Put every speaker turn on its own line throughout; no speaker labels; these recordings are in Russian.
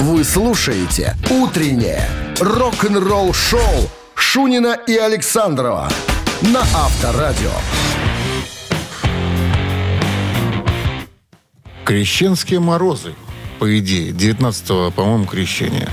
Вы слушаете «Утреннее рок-н-ролл-шоу» Шунина и Александрова на Авторадио.
Крещенские морозы, по идее, 19-го, по-моему, крещения.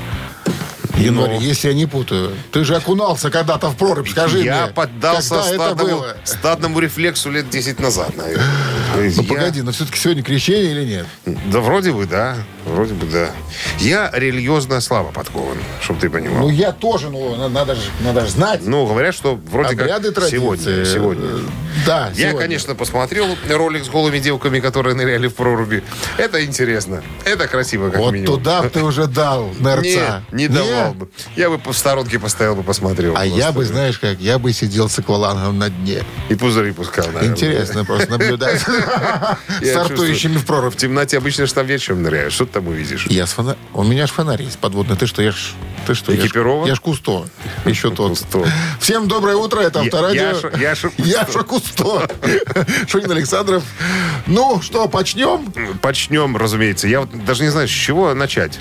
Январь,
Ну.
если я не путаю. Ты же окунался когда-то в прорубь, скажи
я
мне.
поддался
когда это
стадному,
было?
стадному рефлексу лет 10 назад, наверное. То есть
Ну,
я- Ну.
погоди, но все-таки сегодня крещение или нет?
Да вроде бы да, вроде бы да. Я религиозно слабо подкован, чтобы ты понимал.
Ну,
Ну,
я тоже, ну, на- надо же надо ж знать.
говорят, что Ну, вроде
Обряды,
как
традиции.
сегодня, сегодня.
Э, Да,
Я,
сегодня.
конечно, посмотрел ролик с голыми девками, которые ныряли в проруби. Это интересно. Это красиво, как
Вот
минимум.
туда б ты уже дал нерца.
Не, не давал бы. Я бы в сторонке постоял бы, посмотрел.
А
просто.
я бы, знаешь как, я бы сидел с аквалангом на дне.
И пузыри пускал, наверное.
Интересно просто наблюдать
Я
стартующими
чувствую.
в прорубь.
В темноте обычно же там вечером ныряешь. Что ты там увидишь?
Я с фона- У меня же фонарь есть подводный. Ты что, я ж... Ты что, я ж-
Экипирован?
Я ж Кусто. Еще тот.
Кусто.
Всем доброе утро. Это
Я-
Авторадио.
Яша- Яша Кусто.
Яша Кусто. Шунин Александров. Ну что, почнем?
Почнем, разумеется. Я вот даже не знаю, с чего начать.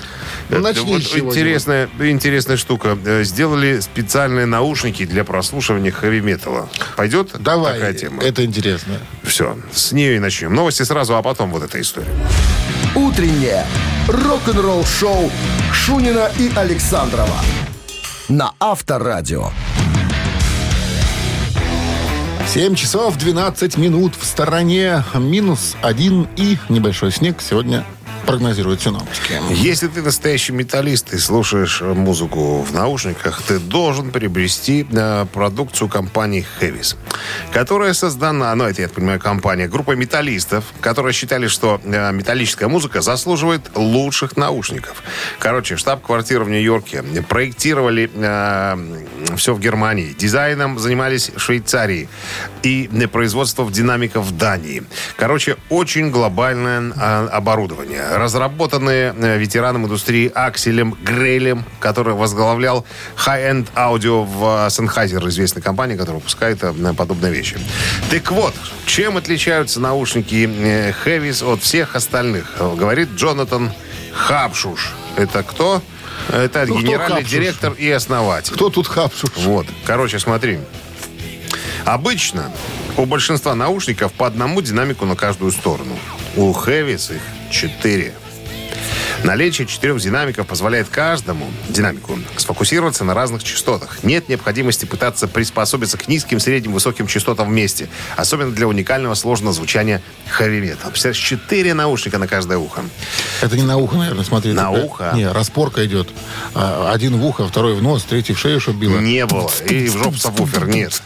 Ну,
Э,
начни
вот
с чего,
интересная, интересная штука. Э, Сделали специальные наушники для прослушивания хэви-металла. Пойдет
Давай. Э,
такая тема?
Это интересно.
Все, с нее и начнем. Новости сразу, а потом вот эта история.
«Утреннее рок-н-ролл-шоу» Шунина и Александрова на Авторадио.
7 часов 12 минут в стороне. Минус один и небольшой снег сегодня прогнозируют синоптики.
Если ты настоящий металлист и слушаешь э, музыку в наушниках, ты должен приобрести э, продукцию компании Heavis, которая создана, ну это, я так понимаю, компания, группа металлистов, которые считали, что э, металлическая музыка заслуживает лучших наушников. Короче, штаб-квартира в Нью-Йорке. Проектировали все в Германии. Дизайном занимались в Швейцарии. И э, производство в динамиков в Дании. Короче, очень глобальное э, оборудование. Разработанные э, ветераном индустрии Акселем Грейлем, который возглавлял High-End Audio в э, Sennheiser, известной компании, которая выпускает э, подобные вещи. Так вот, чем отличаются наушники э, Heavis от всех остальных? Э, Говорит Джонатан Хапшуш. Это кто? Это
Ну, кто
генеральный
Хапшуш?
директор и основатель.
Кто тут хапшуш?
Вот. Короче, смотри. Обычно у большинства наушников по одному динамику на каждую сторону. У Хэвис их четыре. Наличие четырех динамиков позволяет каждому динамику сфокусироваться на разных частотах. Нет необходимости пытаться приспособиться к низким, средним, высоким частотам вместе. Особенно для уникального сложного звучания хэви-метал. Представляешь, четыре наушника на каждое ухо.
Это не на ухо, наверное, смотри.
На
Это-
ухо?
Не, распорка идет. А, Один в ухо, второй в нос, третий в шею, чтобы било.
Не было. И в жопу сабвуфер нет.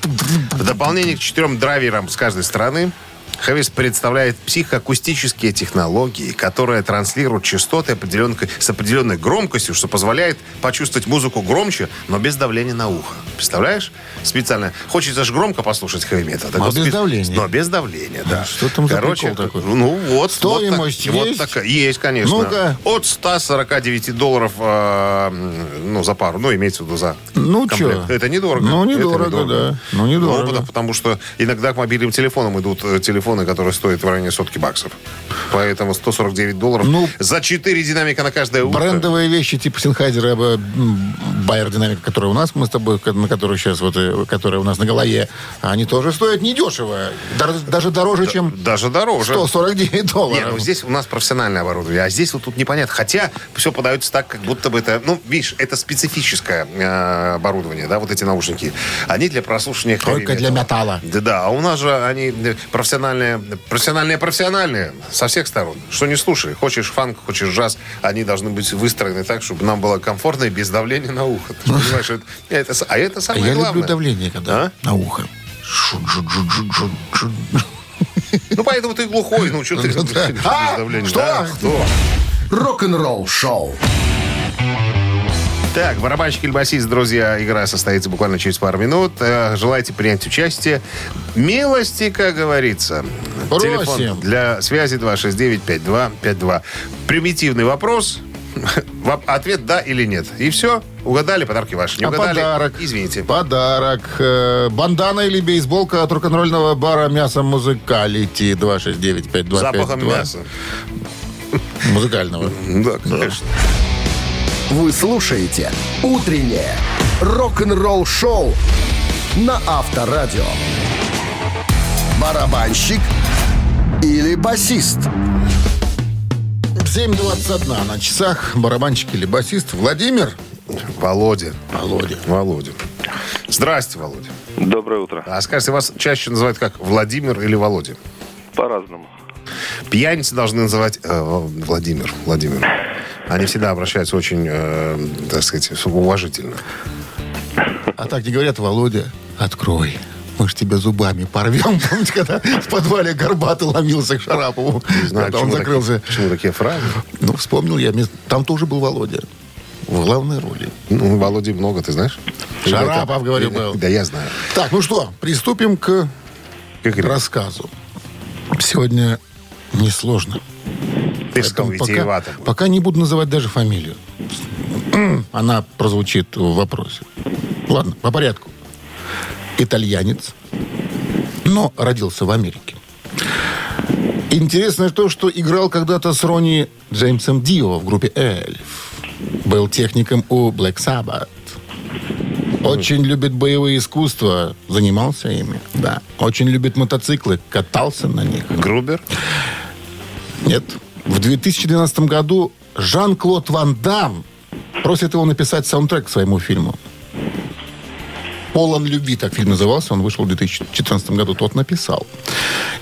В дополнение к четырем драйверам с каждой стороны, Хэвис представляет психоакустические технологии, которые транслируют частоты определенной- с определенной громкостью, что позволяет почувствовать музыку громче, но без давления на ухо. Представляешь? Специально. Хочется же громко послушать хэви-метал. Так
Но
вот
без
спе-
давления.
Но без давления, да.
Что там за
Короче,
прикол такой?
Ну вот.
Стоимость
вот так-
есть?
Вот такая. Есть, конечно.
Ну-ка.
От 149 долларов э, м, ну, за пару. Ну, имеется в виду за
Ну,
комплект.
чё?
Это недорого.
Ну,
Это
недорого, да. Ну, недорого.
Ну, потому- потому что иногда к мобильным телефонам идут э, телефоны, которые стоят в районе сотки баксов. Поэтому 149 долларов
Ну,
за 4 динамика на каждое ухо.
Брендовые вещи типа Синхайзера, Байер Динамика, которые у нас, мы с тобой, к- на которые сейчас вот, э, которые у нас на голове, они тоже стоят недешево. Дар- Даже дороже, чем
Даже дороже.
149
Не,
долларов.
ну здесь у нас профессиональное оборудование, а здесь вот тут непонятно. Хотя все подается так, как будто бы это... Ну, видишь, это специфическое э, оборудование, да, вот эти наушники. Они для прослушивания...
Только
хэви-металла.
для металла.
Да, да, а у нас же они э, профессиональные, профессиональные, профессиональные со всех сторон. Что не слушай, хочешь фанк, хочешь джаз, они должны быть выстроены так, чтобы нам было комфортно и без давления на ухо. Ты понимаешь, это, это с- а это
А
самое
я
главное.
люблю давление, когда
А?
на ухо. Шун, шун, шун, шун, шун, шун.
Ну, поэтому ты глухой, ну, что ты...
Ну, да.
без
А,
давления?
что?
Да, кто?
Рок-н-ролл-шоу.
Так, барабанщик или басист, друзья, игра состоится буквально через пару минут. Э, Желаете принять участие? Милости, как говорится.
Просим.
Телефон для связи 269-5252. Примитивный вопрос. Воп- Ответ «да» или «нет». И все. Угадали, подарки ваши. Не
А
угадали?
подарок?
Извините.
Подарок. э, Бандана или бейсболка от рок-н-ролльного бара «Мясо Музыкалити» 269
Запахом мяса.
Музыкального.
Да, конечно.
Вы слушаете «Утреннее рок-н-ролл-шоу» на Авторадио. Барабанщик или басист?
7.21 на часах. Барабанщик или басист Владимир?
Володя.
Володя.
Володя. Здрасте, Володя.
Доброе утро.
А скажите, вас чаще называют как Владимир или Володя?
По-разному.
Пьяницы должны называть э, Владимир, Владимир. Они всегда обращаются очень, э, так сказать, уважительно.
А так не говорят, Володя, открой. Мы ж тебя зубами порвем. Помните, когда в подвале Горбатый ломился к Шарапову?
Не знаю,
когда он
почему такие-
закрылся.
почему такие фразы?
Ну, вспомнил я. мест- Там тоже был Володя. В главной роли.
Ну, Володи много, ты знаешь?
Шарапов, говорю,
Да,
был.
Да, я знаю.
Так, ну что, приступим к
Как говорит,
рассказу. Сегодня несложно.
ты же сказал,
Поэтому пока,
витиевато.
пока не буду называть даже фамилию. Она прозвучит в вопросе. Ладно, по порядку. Итальянец, но родился в Америке. Интересно то, что играл когда-то с Ронни Джеймсом Дио в группе «Эльф». Был техником у Black Sabbath. Очень любит боевые искусства. Занимался ими, да. Очень любит мотоциклы. Катался на них.
Грубер?
Нет. В 2012 году Жан-Клод Ван Дам просит его написать саундтрек к своему фильму. «Полон любви» так фильм назывался. Он вышел в 2014 году. Тот написал.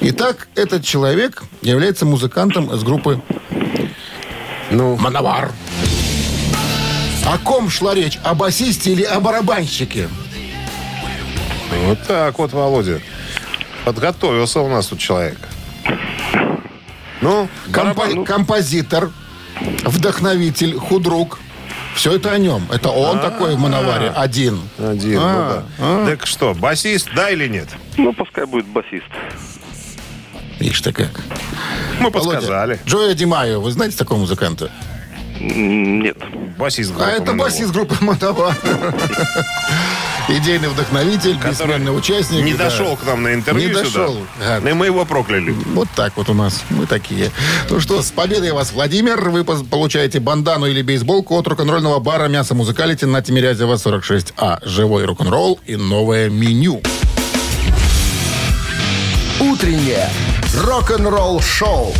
Итак, этот человек является музыкантом из группы
Ну,
«Мановар». О ком шла речь? О басисте или о барабанщике?
вот так вот, Володя. Подготовился у нас тут человек. Ну,
Компо- композитор, вдохновитель, худрук. Все это о нем. Это он такой в «Мановаре» один.
Один,
А,
ну да. Так что, басист, да или нет?
Ну, пускай будет басист.
Видишь, ты как.
Мы
Володя,
подсказали.
Джоя Димайо, вы знаете такого музыканта?
М, Нет.
Басист.
А
группы
это
«Мановар».
басист группы Мотова. Идейный вдохновитель, бессменный участник.
Не
да.
дошел к нам на интервью
Не
сюда.
дошел, гад.
И мы его прокляли.
Вот так вот у нас. Мы такие. Ну что, с победой вас, Владимир. Вы поз- получаете бандану или бейсболку от рок-н-ролльного бара «Мясо Музыкалити» на Тимирязева 46А. Живой рок-н-ролл и новое меню.
Утреннее рок-н-ролл-шоу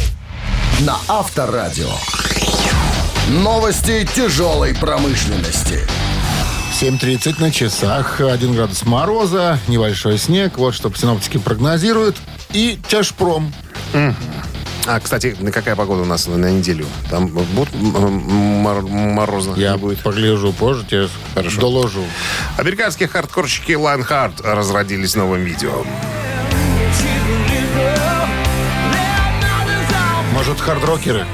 на Авторадио. Новости тяжелой промышленности.
7.30 на часах, 1 градус мороза, небольшой снег, вот что синоптики прогнозируют. И тяжпром
А, кстати, на какая погода у нас на неделю? Там будет м- м- мор- морозно?
Я
Не будет.
погляжу позже, тебе доложу.
Американские хардкорщики Lionheart разродились новым видео.
Может, хардрокеры?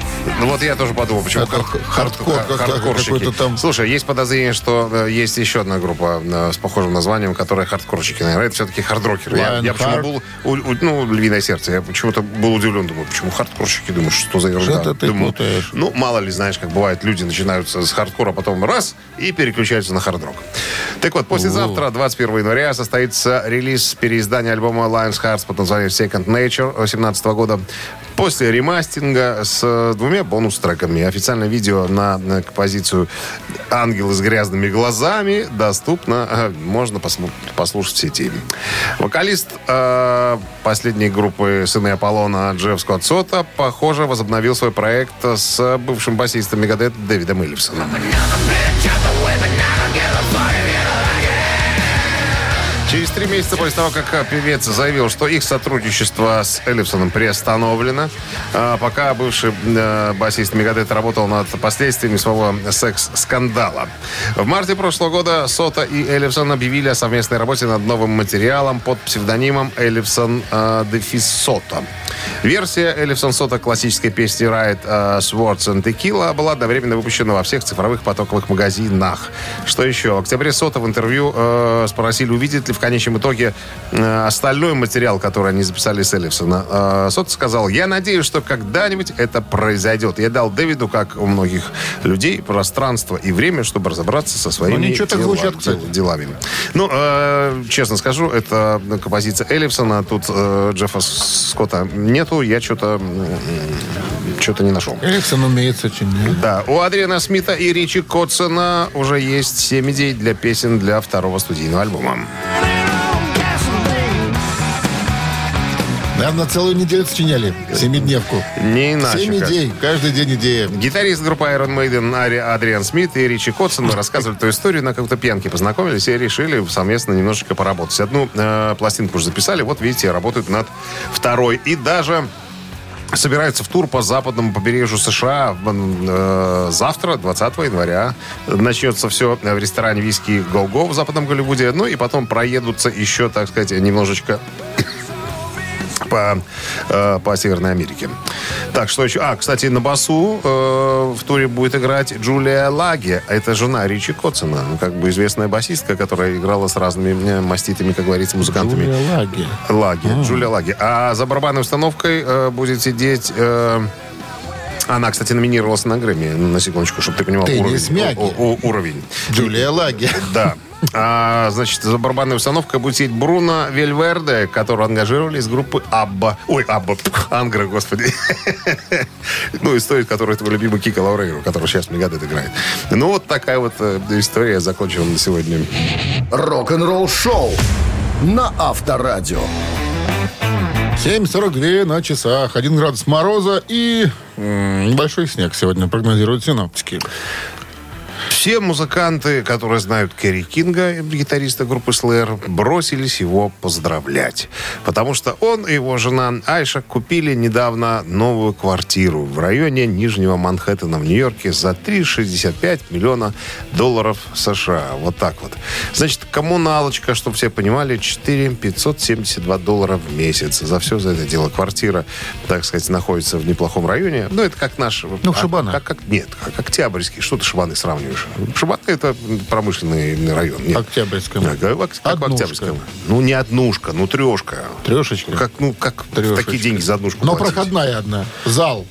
Ну вот я тоже подумал, почему
Это
хар-
хардкор
хар-
как- какой-то
хардкорщики.
там.
Слушай, есть подозрение, что э, есть еще одна группа э, с похожим названием, которая хардкорщики. Наверное, это все-таки хардрокеры. Я, я
Lionheart.
почему был... у- у- ну, львиное сердце. Я почему-то был удивлен. Думаю, почему хардкорщики? Думаю, что за ерунда?
Что-то ты
Думаю,
путаешь.
Ну, мало ли, знаешь, как бывает, люди начинаются с хардкора, потом раз, и переключаются на хардрок. Так вот, послезавтра, 21 января, состоится релиз переиздания альбома Lions Hearts под названием Second Nature 2018 года. После ремастинга с э, двумя бонус-треками. Официальное видео на, на композицию «Ангелы с грязными глазами» доступно. э, Можно посму- послушать в сети. Вокалист э, последней группы «Сыны Аполлона» Джефф Скотт Сота, похоже, возобновил свой проект с бывшим басистом Мегадет Дэвидом Эллифсоном. Через три месяца после того, как а, певец заявил, что их сотрудничество с Эллипсоном приостановлено, а, пока бывший э, басист Мегадет работал над последствиями своего секс-скандала. В марте прошлого года Сота и Эллипсон объявили о совместной работе над новым материалом под псевдонимом Эллипсон э, Дефис Сота. Версия Эллипсон Сота классической песни Riot э, Swords and Tequila была одновременно выпущена во всех цифровых потоковых магазинах. Что еще? В октябре Сота в интервью э, спросили, увидит ли в конечном итоге э, остальной материал, который они записали с Эллипсона. Э, Сота сказал, я надеюсь, что когда-нибудь это произойдет. Я дал Дэвиду, как у многих людей, пространство и время, чтобы разобраться со своими
Ну, ничего так
дела-
звучат, кстати.
дел- делами. Ну, а э, честно скажу, это композиция Эллипсона. Тут э, Джеффа Скотта нету, я что-то что-то не нашел.
Эриксон умеет сочинять.
Да, у Адриана Смита и Ричи Котсона уже есть 7 идей для песен для второго студийного альбома.
Наверное, целую неделю сочиняли. Семидневку.
Не иначе
Семь
как.
идей. Каждый день идея.
Гитарист группы Iron Maiden Ари- Адриан Смит и Ричи Котсон рассказывали эту историю на какой-то пьянке. Познакомились и решили совместно немножечко поработать. Одну э, пластинку уже записали. Вот, видите, работают над второй. И даже собираются в тур по западному побережью США. М, э, завтра, 20 января, начнется все в ресторане «Виски Голго» в западном Голливуде. Ну и потом проедутся еще, так сказать, немножечко по, э, по Северной Америке. Так, что еще? А, кстати, на басу э, в туре будет играть Джулия Лаги. Это жена Ричи Котсона. Ну, как бы известная басистка, которая играла с разными э, маститыми, как говорится, музыкантами.
Юлия Лаги.
Лаги, Джулия Лаги. А за барабанной установкой э, будет сидеть... э, она, кстати, номинировалась на Грэмми, ну, на секундочку, чтобы ты понимал
Теннис
уровень.
мяги.
О- о- уровень.
Джулия Лаги.
Да. А, значит, за барабанной установкой будет сидеть Бруно Вельверде, которого ангажировали из группы Абба. Ой, Абба, пф, Ангра, господи. Ну, история, которую твой любимый Кика Лаврейру, который сейчас Мегадет играет. Ну, вот такая вот э, история. Закончила на сегодня.
Рок-н-ролл шоу на Авторадио.
7.42 на часах. 1 градус мороза и м, небольшой снег сегодня прогнозируют синоптики.
Все музыканты, которые знают Керри Кинга, гитариста группы Slayer, бросились его поздравлять. Потому что он и его жена Айша купили недавно новую квартиру в районе Нижнего Манхэттена в Нью-Йорке за 3,65 миллиона долларов США. Вот так вот. Значит, коммуналочка, чтобы все понимали, 4 572 доллара в месяц. За все за это дело. Квартира, так сказать, находится в неплохом районе. Ну, это как наш...
Ну,
а-
Шибана.
как- как, нет, как Октябрьский. Что ты Шибаны сравниваешь? Шибаны это промышленный район. Нет.
Октябрьском.
Да, как в Ок- как в
Однушка.
Октябрьском. Ну, не однушка, ну, трешка.
Трешечка.
Как, ну, как
Трешечка.
такие деньги за однушку
Но
платить?
проходная одна. Зал.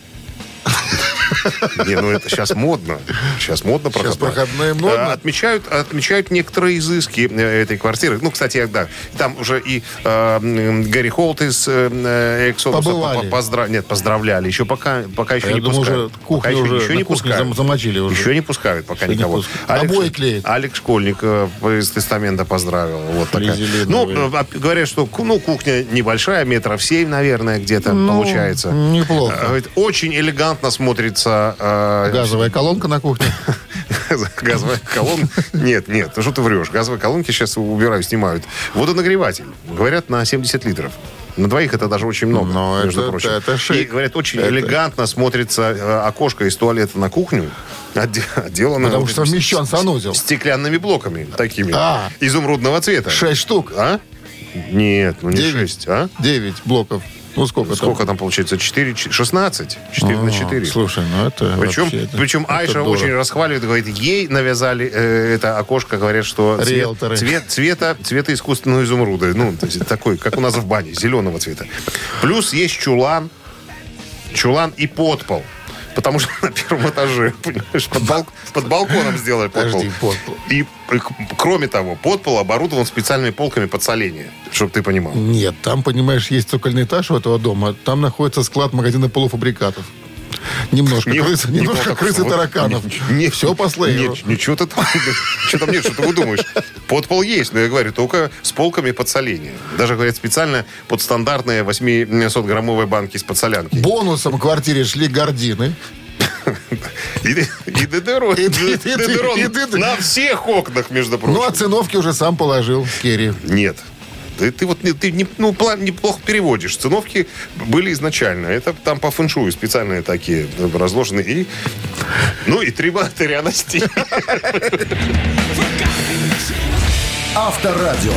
Не, ну это сейчас модно. Сейчас модно
Щас
проходная.
проходная модно.
А, Отмечают, отмечают некоторые изыски э, этой квартиры. Ну, кстати, да, там уже и э, м, Гарри Холт из э, э, «Эксодуса»
Побывали.
по- поздра- Нет, поздравляли. Еще пока, пока еще
Я
не
думаю,
пускают.
уже
Пока
кухню
еще,
уже-
еще
на
не
кухне
пускают.
зам- замочили уже.
Еще не пускают пока
Еще не
никого.
пускают. Обои клеят.
Алекс Школьник э, из «Тестамента» поздравил. Вот такая. Ну,
Призеленовые.
э, а, говорят, что ку- ну, кухня небольшая, метров семь, наверное, где-то получается.
Ну, неплохо.
А, говорит, Очень элегантно смотрится э,
Газовая колонка на кухне.
Газовая колонка? Нет, нет, ну что ты врешь? Газовые колонки сейчас убираю, снимают. Водонагреватель. Говорят, на 70 литров. На двоих это даже очень много,
Но
между
Ну, это-
прочим.
это
И,
шик.
говорят, очень
Это-
элегантно смотрится э, окошко из туалета на кухню, отде- отделано...
Потому
вот
что
этим
вмещен
с-
санузел.
Стеклянными блоками такими.
А.
Изумрудного цвета.
Шесть штук.
А? Нет, ну не шесть, а?
Девять блоков. Ну, сколько там?
Сколько там получается? 4, 16? 4 на
А,
4.
Слушай, ну это
Причем,
вообще- это-
причем
это
Айша
дорого.
очень расхваливает, говорит, ей навязали э, это окошко, говорят, что цвет,
Риэлторы.
цвет- цвета, цвета искусственного изумруда. Ну, то есть такой, как у нас в бане, зеленого цвета. Плюс есть чулан, чулан и подпол. Потому что на первом этаже, понимаешь, под, бал- под балконом сделали подпол.
Подожди, подпол.
И, э, к- кроме того, подпол оборудован специальными полками под соление, чтобы ты понимал.
Нет, там, понимаешь, есть цокольный этаж у этого дома. Там находится склад магазина полуфабрикатов. Немножко
Не-
крысы,
не
немножко
было такого.
крысы и
Вот.
тараканов.
Не- не-
Все по слейеру.
Нет, ничего ты там, что там нет, что ты выдумаешь. Подпол есть, но я говорю, только с полками подсоления. Даже, говорят, специально под стандартные 800-граммовые банки из подсолянки.
Бонусом в квартире шли гордины.
И д- и дедерон.
И д- и д-
Дедерон
и д-
на всех окнах, между
Ну, а
прочим.
циновки уже сам положил Керри.
Нет. Ты, ты вот не- ты не- ну, пла- неплохо переводишь. Циновки были изначально. Это там по фэншую специальные такие э, разложены. И, ну и три батаря на стене.
Авторадио.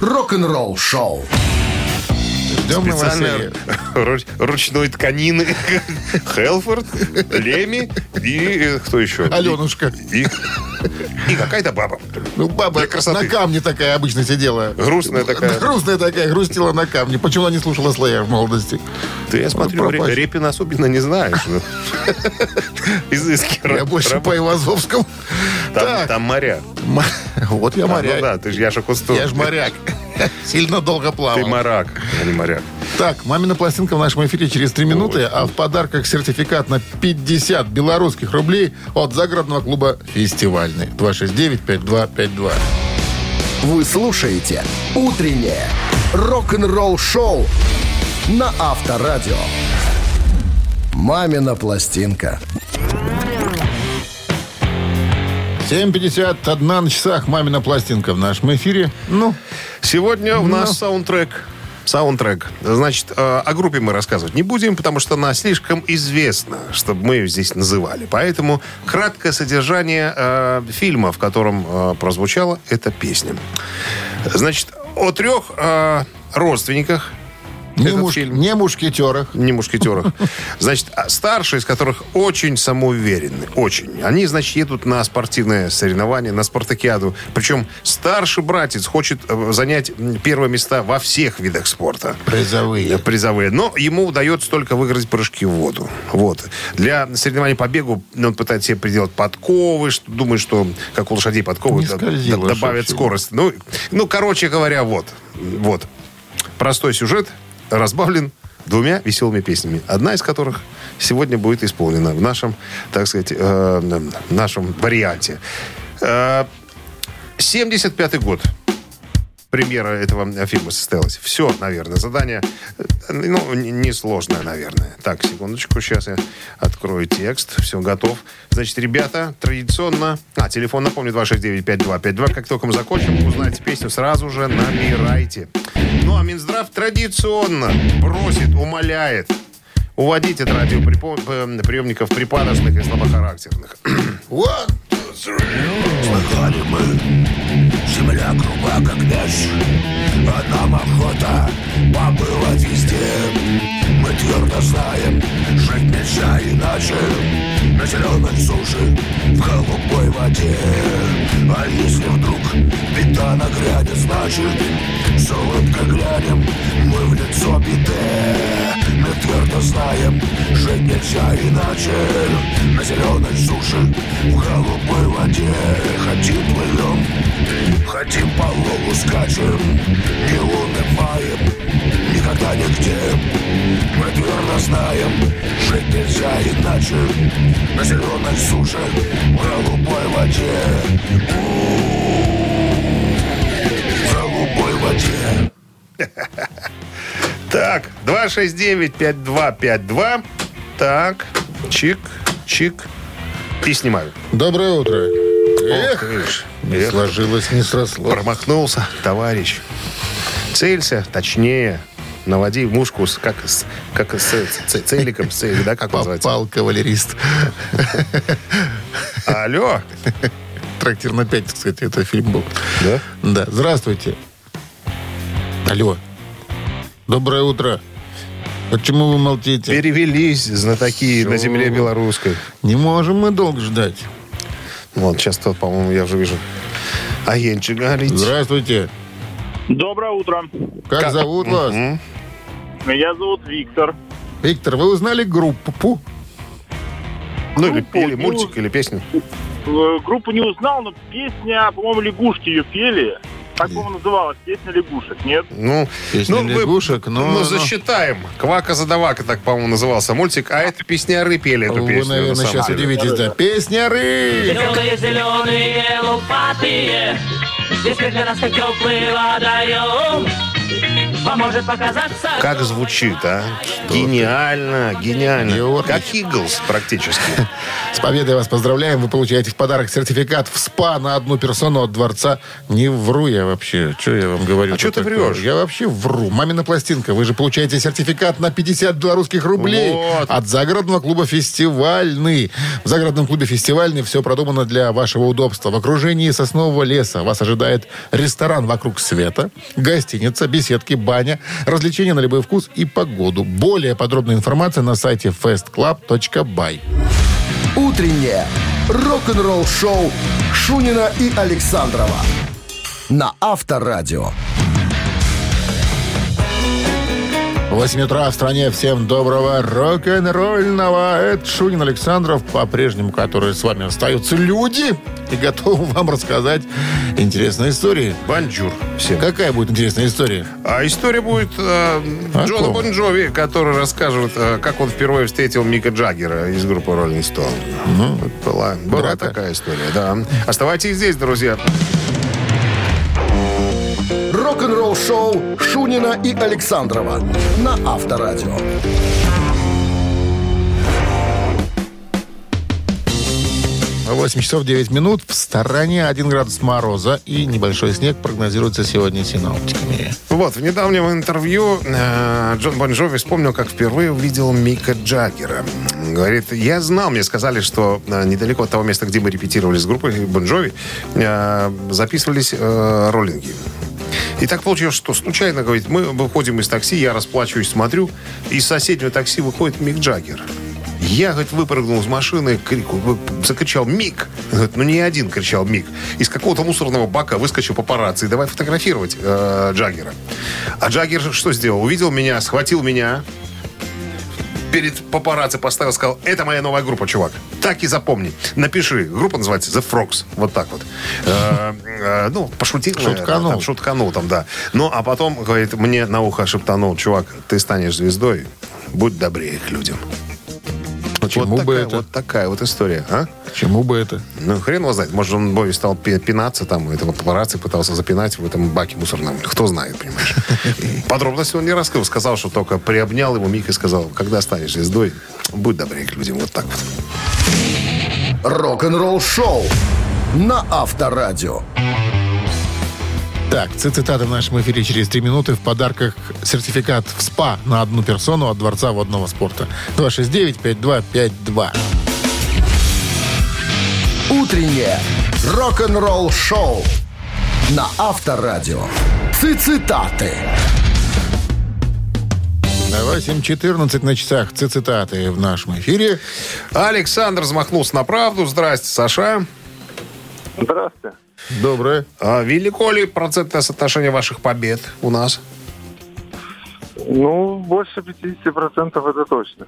Рок-н-ролл шоу.
Ждем
Специально
новостей.
руч- ручной тканины Хелфорд, Леми и э, кто еще?
Аленушка.
И, и какая-то баба.
Ну, баба
Для красоты.
на камне такая обычно сидела.
Грустная такая.
Грустная такая, грустила на камне. Почему она не слушала Слея в молодости?
Ты, я смотрю,
пропасть.
Ре- Репина особенно не знаешь. ну. Изыски
Я
раб-
больше
раб-
по Ивазовскому.
Там,
Так,
там моря.
м- вот я
А, ну
моряк.
да, ты же Яша Кустов.
Я ж моряк. Сильно долго
Ты
плавал.
моряк, а не моряк.
Так, «Мамина пластинка» в нашем эфире через 3 минуты, а в подарках сертификат на 50 белорусских рублей от загородного клуба «Фестивальный». 269-5252.
Вы слушаете «Утреннее рок-н-ролл-шоу» на Авторадио. «Мамина пластинка».
7.51 на часах «Мамина пластинка» в нашем эфире. Ну,
Сегодня у нас саундтрек. Саундтрек. Значит, э, о группе мы рассказывать не будем, потому что она слишком известна, чтобы мы ее здесь называли. Поэтому краткое содержание э, фильма, в котором э, прозвучала эта песня. Значит, о трех э, родственниках
не,
этот
муш-
фильм.
не мушкетерах.
не мушкетерах. Значит, а старшие из которых очень самоуверенны. Очень. Они, значит, едут на спортивное соревнование, на спартакиаду. Причем старший братец хочет э, занять м, первые места во всех видах спорта.
Призовые.
Призовые. Но ему удается только выиграть прыжки в воду. Вот. Для соревнований по бегу ну, он пытается себе приделать подковы, что- думает, что как у лошадей подковы
Не
д-
скользила,
д- добавят
чтоб
скорость. Ну, ну, короче говоря, вот. Вот. Простой сюжет разбавлен двумя веселыми песнями. Одна из которых сегодня будет исполнена в нашем, так сказать, э, м, нашем варианте. Э, 75-й год. Премьера этого э, фильма состоялась. Все, наверное, задание, э, ну, н- несложное, наверное. Так, секундочку, сейчас я открою текст. Все, готов. Значит, ребята, традиционно... А, телефон, напомню, 269-5252. Как только мы закончим, узнаете песню, сразу же набирайте. Ну, а Минздрав традиционно просит, умоляет уводить от радиоприемников припадочных и слабохарактерных.
Слыхали мы, земля круга, как мяч А нам охота побывать везде Мы твердо знаем, жить нельзя иначе На зеленой суше, в голубой воде А если вдруг беда нагрянет, значит С улыбкой глянем мы в лицо беде мы твердо знаем, жить нельзя иначе На зеленой суше, в голубой воде Хотим плывем, хотим по лугу скачем Не унываем, никогда нигде Мы твердо знаем, жить нельзя иначе На зеленой суше, в голубой воде У-у-у, В голубой воде
Так, 269-5252. Так, чик, чик. И снимаю.
Доброе утро.
Ох,
Эх,
видишь,
не
эх,
сложилось, не срослось.
промахнулся, товарищ. Целься, точнее, наводи мушку, с- как, с, как с, ц- целиком, с целью, да, как называется?
Попал кавалерист.
Алло.
Трактир на 5, кстати, это фильм был.
Да?
Да. Здравствуйте. Алло. Доброе утро. Почему вы молчите?
Перевелись знатоки на земле белорусской.
Не можем мы долго ждать.
Вот, сейчас тот, по-моему, я уже вижу. Агенчик говорит.
Здравствуйте.
Доброе утро.
Как,
Как-
зовут вас?
Меня зовут Виктор.
Виктор, вы узнали группу?
Ну, или,
группу
или
не
мультик, или песню.
Э, Группу не узнал, но песня, по-моему, лягушки ее пели. Так, по-моему, называлась песня лягушек, нет?
Ну,
Песня
ну, вы-
лягушек, но...
Ну, засчитаем. Квака задавака, так, по-моему, назывался мультик. А это песняры пели эту
Вы,
песню. Ну, на
наверное,
самом
сейчас
деле.
удивитесь, да. Песняры!
Теплые, зеленые, лопатые Здесь как для нас как теплый водоем Поможет показаться
Как звучит, а? Гениально, гениально.
Георгий.
Как Иглс практически.
С победой вас поздравляем. Вы получаете в подарок сертификат в СПА на одну персону от дворца. Не вру я вообще. Что я вам говорю?
А чё ты
такое?
врешь?
Я вообще вру. Мамина пластинка. Вы же получаете сертификат на 50 белорусских рублей
Вот.
от загородного клуба «Фестивальный». В загородном клубе «Фестивальный» все продумано для вашего удобства. В окружении соснового леса вас ожидает ресторан вокруг света, гостиница, беседки, баня, развлечения на любой вкус и погоду. Более подробная информация на сайте festclub.by.
«Утреннее рок-н-ролл-шоу» Шунина и Александрова на Авторадио.
8 утра в стране. Всем доброго рок-н-ролльного. Это Шунин Александров, по-прежнему, которые с вами остаются люди и готовы вам рассказать интересные истории.
Банджур всем.
Какая будет интересная история?
А история будет э,
О
Джона
ком?
Бон Джови, который расскажет, э, как он впервые встретил Мика Джаггера из группы Rolling Stone. Вот была, была
драка.
такая история, да. Оставайтесь здесь, друзья.
Рок-н-ролл-шоу Шунина и Александрова на Авторадио.
8 часов 9 минут. В стороне 1 градус мороза и небольшой снег прогнозируется сегодня синоптиками.
Вот, в недавнем интервью э, Джон Бон Джови вспомнил, как впервые увидел Мика Джаггера. Говорит, я знал, мне сказали, что э, недалеко от того места, где мы репетировали с группой Бон Джови, э, записывались э, роллинги. И так получилось, что случайно, говорит, мы выходим из такси, я расплачиваюсь, смотрю, из соседнего такси выходит Мик Джаггер. Я, говорит, выпрыгнул из машины, крику, закричал «Мик!» Говорит, ну не один кричал «Мик!» Из какого-то мусорного бака выскочил папарацци, давай фотографировать э, Джаггера. А Джаггер что сделал? Увидел меня, схватил меня, перед папарацци поставил, сказал, это моя новая группа, чувак. Так и запомни. Напиши. Группа называется The Frogs. Вот так вот. Э, э, Ну, пошутил. наверное,
Шутканул.
там, Шутканул там, да. Ну, а потом, говорит, мне на ухо шептанул, чувак, ты станешь звездой, будь добрее к людям.
Почему
вот
бы
такая,
это?
Вот такая вот история, а?
К Чему бы это?
Ну, хрен его знает. Может, он Бови стал пи- пинаться там, этого папарацци пытался запинать в этом баке мусорном. Кто знает, понимаешь. Подробности он не раскрыл. Сказал, что только приобнял его Мик и сказал, когда станешь звездой, будь добрее к людям. Вот так вот.
Рок-н-ролл-шоу на Авторадио.
Так, цитаты в нашем эфире через 3 минуты. В подарках сертификат в СПА на одну персону от Дворца водного спорта. 269-5252.
Утреннее рок-н-ролл-шоу на Авторадио. Цитаты.
8.14 на часах. Цитаты в нашем эфире.
Александр взмахнулся на правду. Здрасте, Саша.
Здравствуйте.
Доброе.
А велико ли процентное соотношение ваших побед у нас?
Ну, больше 50% это точно.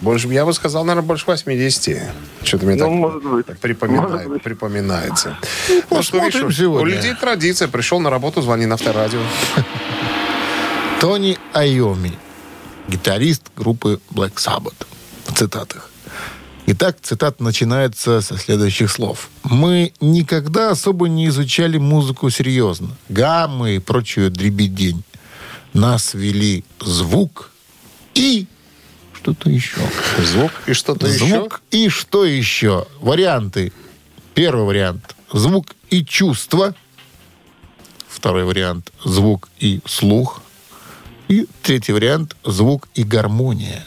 Больше, я бы сказал, наверное, больше 80. Что-то мне так
Ну, может быть.
припоминает-
Может быть.
припоминается. Ну, что,
посмотрим
видишь,
сегодня.
У людей традиция. Пришел на работу, звони на авторадио.
Тони Айоми, гитарист группы Black Sabbath. В цитатах. Итак, цитат начинается со следующих слов. «Мы никогда особо не изучали музыку серьезно. Гаммы и прочую дребедень. Нас вели звук и что-то еще.
Звук и что-то еще.
Звук и что еще? Варианты. Первый вариант. Звук и чувство. Второй вариант. Звук и слух. И третий вариант. Звук и гармония.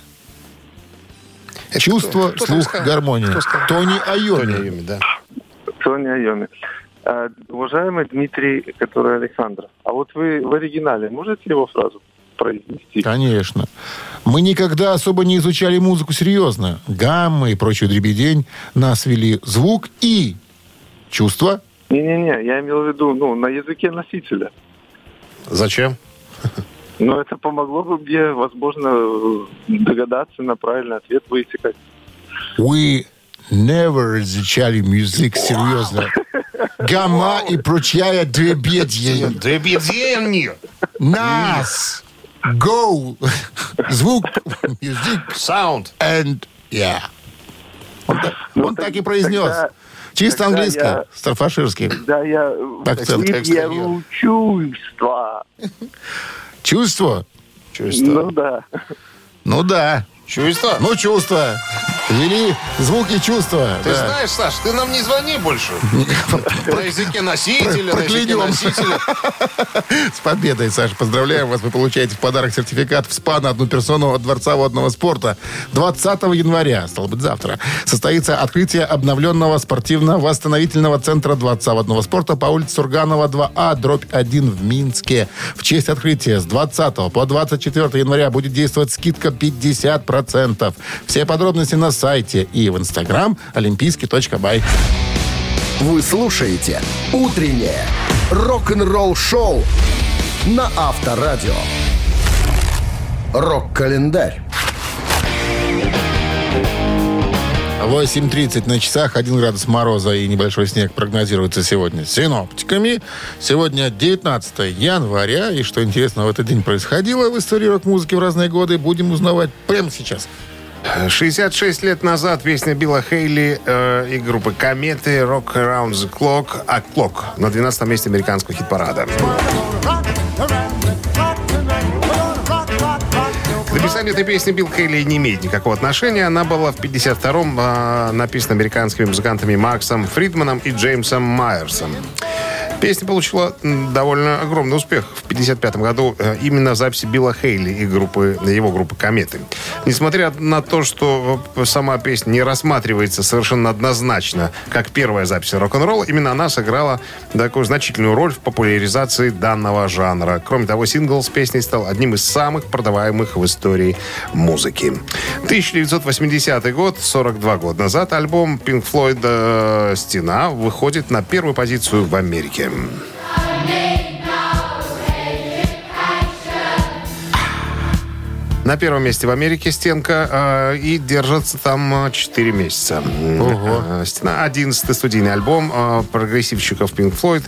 чувство,
кто? Кто так
слух,
А сказал?
гармония.
Кто сказал?
Тони Айоми.
Тони Айоми, да.
Тони Айоми. А, Уважаемый Дмитрий, который Александров, а вот вы в оригинале можете его фразу произнести?
Конечно. Мы никогда особо не изучали музыку серьезно. Гаммы и прочую дребедень нас вели звук и чувство.
Не-не-не, я имел в виду, ну, на языке носителя.
Зачем?
Но это помогло бы мне, возможно, догадаться на правильный ответ высекать.
We never изучали музык серьезно. Гамма и прочая дребедень.
Дребеденье.
Нас. Go. Звук. Music.
Саунд.
And yeah. Он, так-
Ну,
он
так-
так и произнес.
тогда-
Чисто
тогда
английское.
я-
Старфаширский.
Да, я
Акцент экстерьер.
выберу чувства.
Чувство?
Чувство.
Ну да.
Ну да.
Чувство?
Ну чувство. Вели звуки чувства.
Ты
да.
знаешь, Саш, ты нам не звони больше. На языке носителя, на языке
Проклянем.
носителя.
С победой, Саша. Поздравляем вас. Вы получаете в подарок сертификат в СПА на одну персону от Дворца водного спорта. 20 января, стало быть, завтра, состоится открытие обновленного спортивно-восстановительного центра Дворца водного спорта по улице Сурганова 2А, дробь 1 в Минске. В честь открытия с 20 по 24 января будет действовать скидка 50%. Все подробности на сайте и в инстаграм олимпийский.бай.
Вы слушаете «Утреннее рок-н-ролл-шоу» на Авторадио. «Рок-календарь».
8.30 на часах, 1 градус мороза и небольшой снег прогнозируется сегодня синоптиками. Сегодня 19 января, и что интересно в этот день происходило в истории рок-музыки в разные годы, будем узнавать прямо сейчас.
66 лет назад песня Билла Хейли э, и группы Кометы «Rock Around the Clock» а «Clock» на 12 месте американского хит-парада. К написанию этой песни Билл Хейли не имеет никакого отношения. Она была в 52-м э, написана американскими музыкантами Марксом Фридманом и Джеймсом Майерсом. Песня получила м, довольно огромный успех в 55 году э, именно в записи Билла Хейли и группы, его группы «Кометы». Несмотря на то, что э, сама песня не рассматривается совершенно однозначно как первая запись рок-н-ролла, именно она сыграла такую значительную роль в популяризации данного жанра. Кроме того, сингл с песней стал одним из самых продаваемых в истории музыки. 1980 год, 42 года назад, альбом Pink Floyd э, «Стена» выходит на первую позицию в Америке. На первом месте в Америке стенка э, и держится там 4 месяца. Э, Стена 11 студийный альбом э, прогрессивщиков Pink Floyd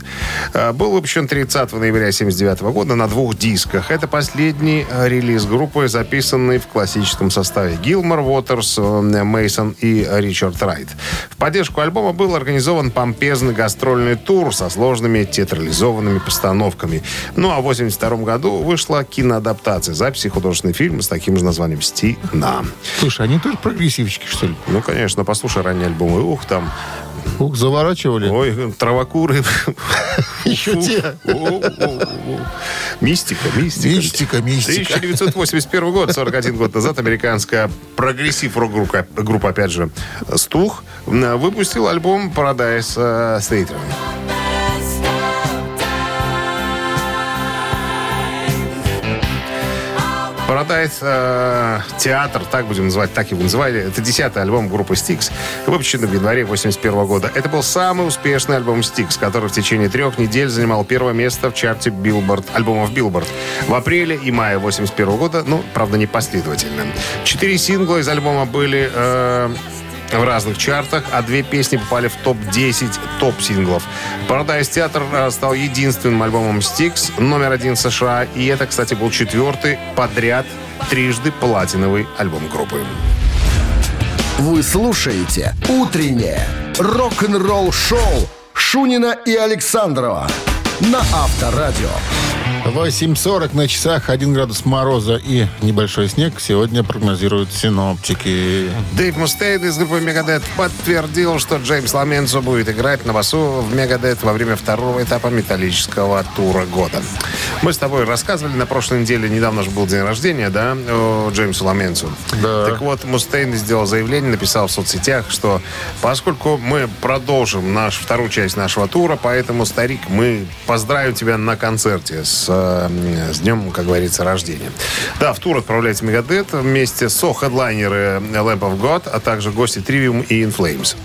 э, был выпущен 30 ноября 79 года на двух дисках. Это последний э, релиз группы, записанный в классическом составе Гилмор, Уотерс, Мейсон и Ричард Райт. В поддержку альбома был организован помпезный гастрольный тур со сложными театрализованными постановками. Ну а в 82 году вышла киноадаптация записи художественный фильм с таким же названием «Стена».
Слушай, они тоже прогрессивщики, что ли?
Ну, конечно, послушай ранние альбомы. Ух, там,
Ух, заворачивали.
ой, травокуры.
Еще те.
О-о-о. Мистика, мистика.
Мистика, мистика.
1981 год, 41 год назад, американская прогрессив рок-группа, группа, опять же, «Стух», м, выпустил альбом «Paradise э, Theater». Paradise э, Театр, так будем называть, так его называли. Это десятый альбом группы Стикс, выпущенный в январе 81 года. Это был самый успешный альбом Стикс, который в течение трех недель занимал первое место в чарте Billboard, альбомов Billboard в апреле и мае 81 года, ну, правда, не последовательно. Четыре сингла из альбома были э, в разных чартах, а две песни попали в топ-10 топ-синглов. «Paradise Театр» э, стал единственным альбомом Стикс, номер один в США, и это, кстати, был четвертый подряд трижды платиновый альбом группы.
Вы слушаете «Утреннее рок-н-ролл-шоу» Шунина и Александрова на Авторадио.
8.40 на часах, 1 градус мороза и небольшой снег сегодня прогнозируют синоптики.
Дэйв Мустейн из группы Мегадет подтвердил, что Джеймс Ламенцо будет играть на басу в Мегадет во время второго этапа металлического тура года. Мы с тобой рассказывали на прошлой неделе, недавно же был день рождения, да, у Джеймса Ламенцо.
Да.
Так вот, Мустейн сделал заявление, написал в соцсетях, что поскольку мы продолжим наш, вторую часть нашего тура, поэтому, старик, мы поздравим тебя на концерте с, э, с днем, как говорится, рождения. Да, в тур отправляется Мегадет вместе со хедлайнеры Lamp of God, а также гости Trivium и In Flames.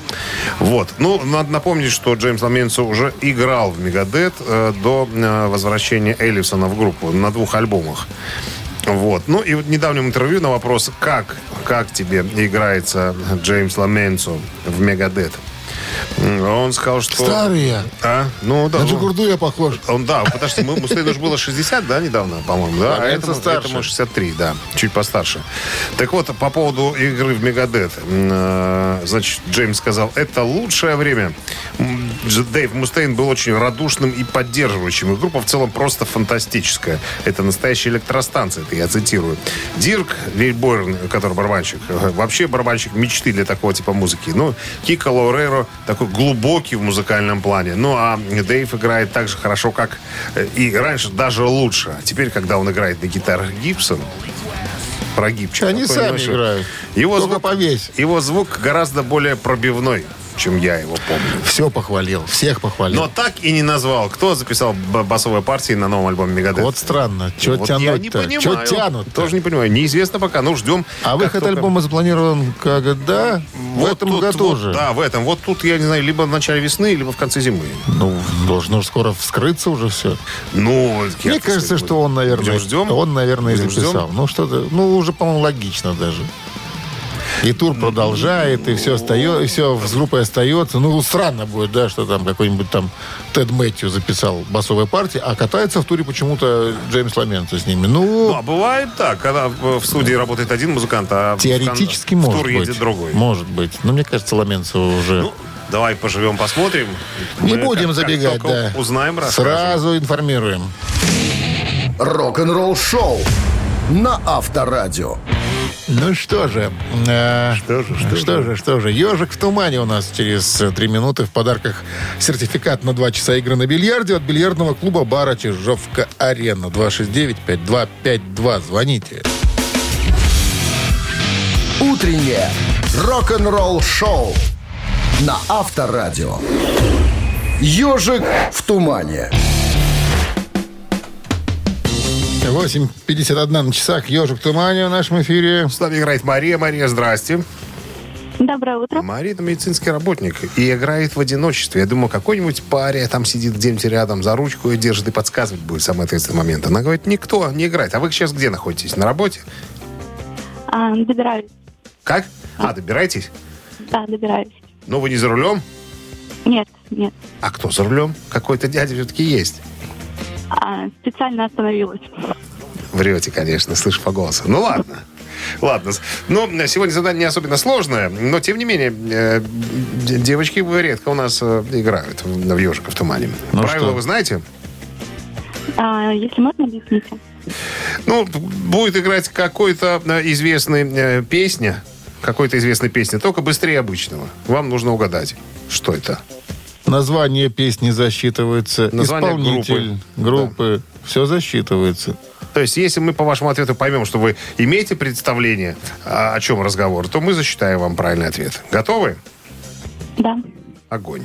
Вот. Ну, надо напомнить, что Джеймс Ламенцо уже играл в Мегадет э, до э, возвращения Эллисона в группу на двух альбомах. Вот. Ну и вот в недавнем интервью на вопрос, как, как тебе играется Джеймс Ламенцо в Мегадет, м, он сказал, что...
Старый я.
А? Ну да.
На
он-
Джигурду я похож.
Он, да, подожди, мы, Муслейну же было 60, да, недавно, по-моему, да?
А это
этому,
старше.
этому 63, да, чуть постарше. Так вот, по поводу игры в Мегадет. м, э, Значит, Джеймс сказал, это лучшее время. М, Дж- Дэйв Мустейн был очень радушным и поддерживающим. И группа в целом просто фантастическая. Это настоящая электростанция, это я цитирую. Дирк Вильборн, который барабанщик, э, вообще барабанщик мечты для такого типа музыки. Ну, Кика Лауреро такой глубокий в музыкальном плане. Ну, а Дэйв играет так же хорошо, как э, и раньше, даже лучше. А Теперь, когда он играет на гитарах Гибсон, про гибчик.
Они
ну,
сами
понимаешь,
играют.
Его
Только
звук,
повесь.
его звук гораздо более пробивной. чем я его помню.
Все похвалил, всех похвалил.
Но так и не назвал, кто записал б- басовые партии на новом альбоме Мегадет.
Вот странно, что
Вот я не
тянут-то?
понимаю.
Что тянут
Тоже не понимаю. Неизвестно пока, но ждем.
А
как
выход
только-
альбома запланирован когда? В
Вот
этом
тут,
году
вот,
же.
Да, в этом. Вот тут, я не знаю, либо в начале весны, либо в конце зимы.
Ну, должно же скоро вскрыться уже все.
Ну, я,
Мне
так
кажется,
сказать,
что он, наверное,
будем ждем.
он, наверное, и
Будем
записал.
ждем.
Ну, что-то, ну, уже, по-моему, логично даже. И тур
Ну,
продолжает, и все остается, и все с группой остается. Ну, странно будет, да, что там какой-нибудь там Тед Мэтью записал басовые партии, а катается в туре почему-то Джеймс Ламенто с ними.
Ну,
Ну,
а бывает так, когда в в студии работает один музыкант, а в
теоретически
кон- в
может
тур
быть.
едет другой.
Может быть. Но мне кажется, Ламенцу уже...
Ну, давай поживем, посмотрим.
не
Мы
будем
как- как
забегать, да.
только Узнаем, расскажем.
Сразу информируем.
Рок-н-ролл шоу на Авторадио.
Ну что же, э, что же, что, же, что же, ежик в тумане у нас через э, три минуты в подарках сертификат на два часа игры на бильярде от бильярдного клуба бара Чижовка Арена 269-5252. Звоните.
Утреннее рок-н-ролл шоу на Авторадио. Ежик в тумане.
8.51 на часах. Ежик в тумане в нашем эфире.
С нами играет Мария. Мария, здрасте.
Доброе утро.
Мария это медицинский работник и играет в одиночестве. Я думаю, какой-нибудь паре там сидит где-нибудь рядом за ручку и держит и подсказывать будет в самый ответственный момент. Она говорит, никто не играет. А вы сейчас где находитесь? На работе?
А, добираюсь.
Как? А, добирайтесь.
Да, добираюсь.
Но вы не за рулем?
Нет, нет.
А кто за рулем? Какой-то дядя все-таки есть.
А, специально остановилась.
Врете, конечно, слышу по голосу. Ну ладно. Ладно. Ну, сегодня задание не особенно сложное, но тем не менее, э, д- девочки редко у нас э, играют в в ежика в тумане.
Ну
Правила
что?
вы знаете?
А, если можно, объясните.
Ну, б- будет играть какой-то э, известный э, песня, какой-то известной песни, только быстрее обычного. Вам нужно угадать, что это.
Название песни засчитывается.
Название
Исполнитель, группы. Все засчитывается.
То есть, если мы по вашему ответу поймем, что вы имеете представление, а, о чем разговор, то мы засчитаем вам правильный ответ. Готовы?
Да.
Огонь.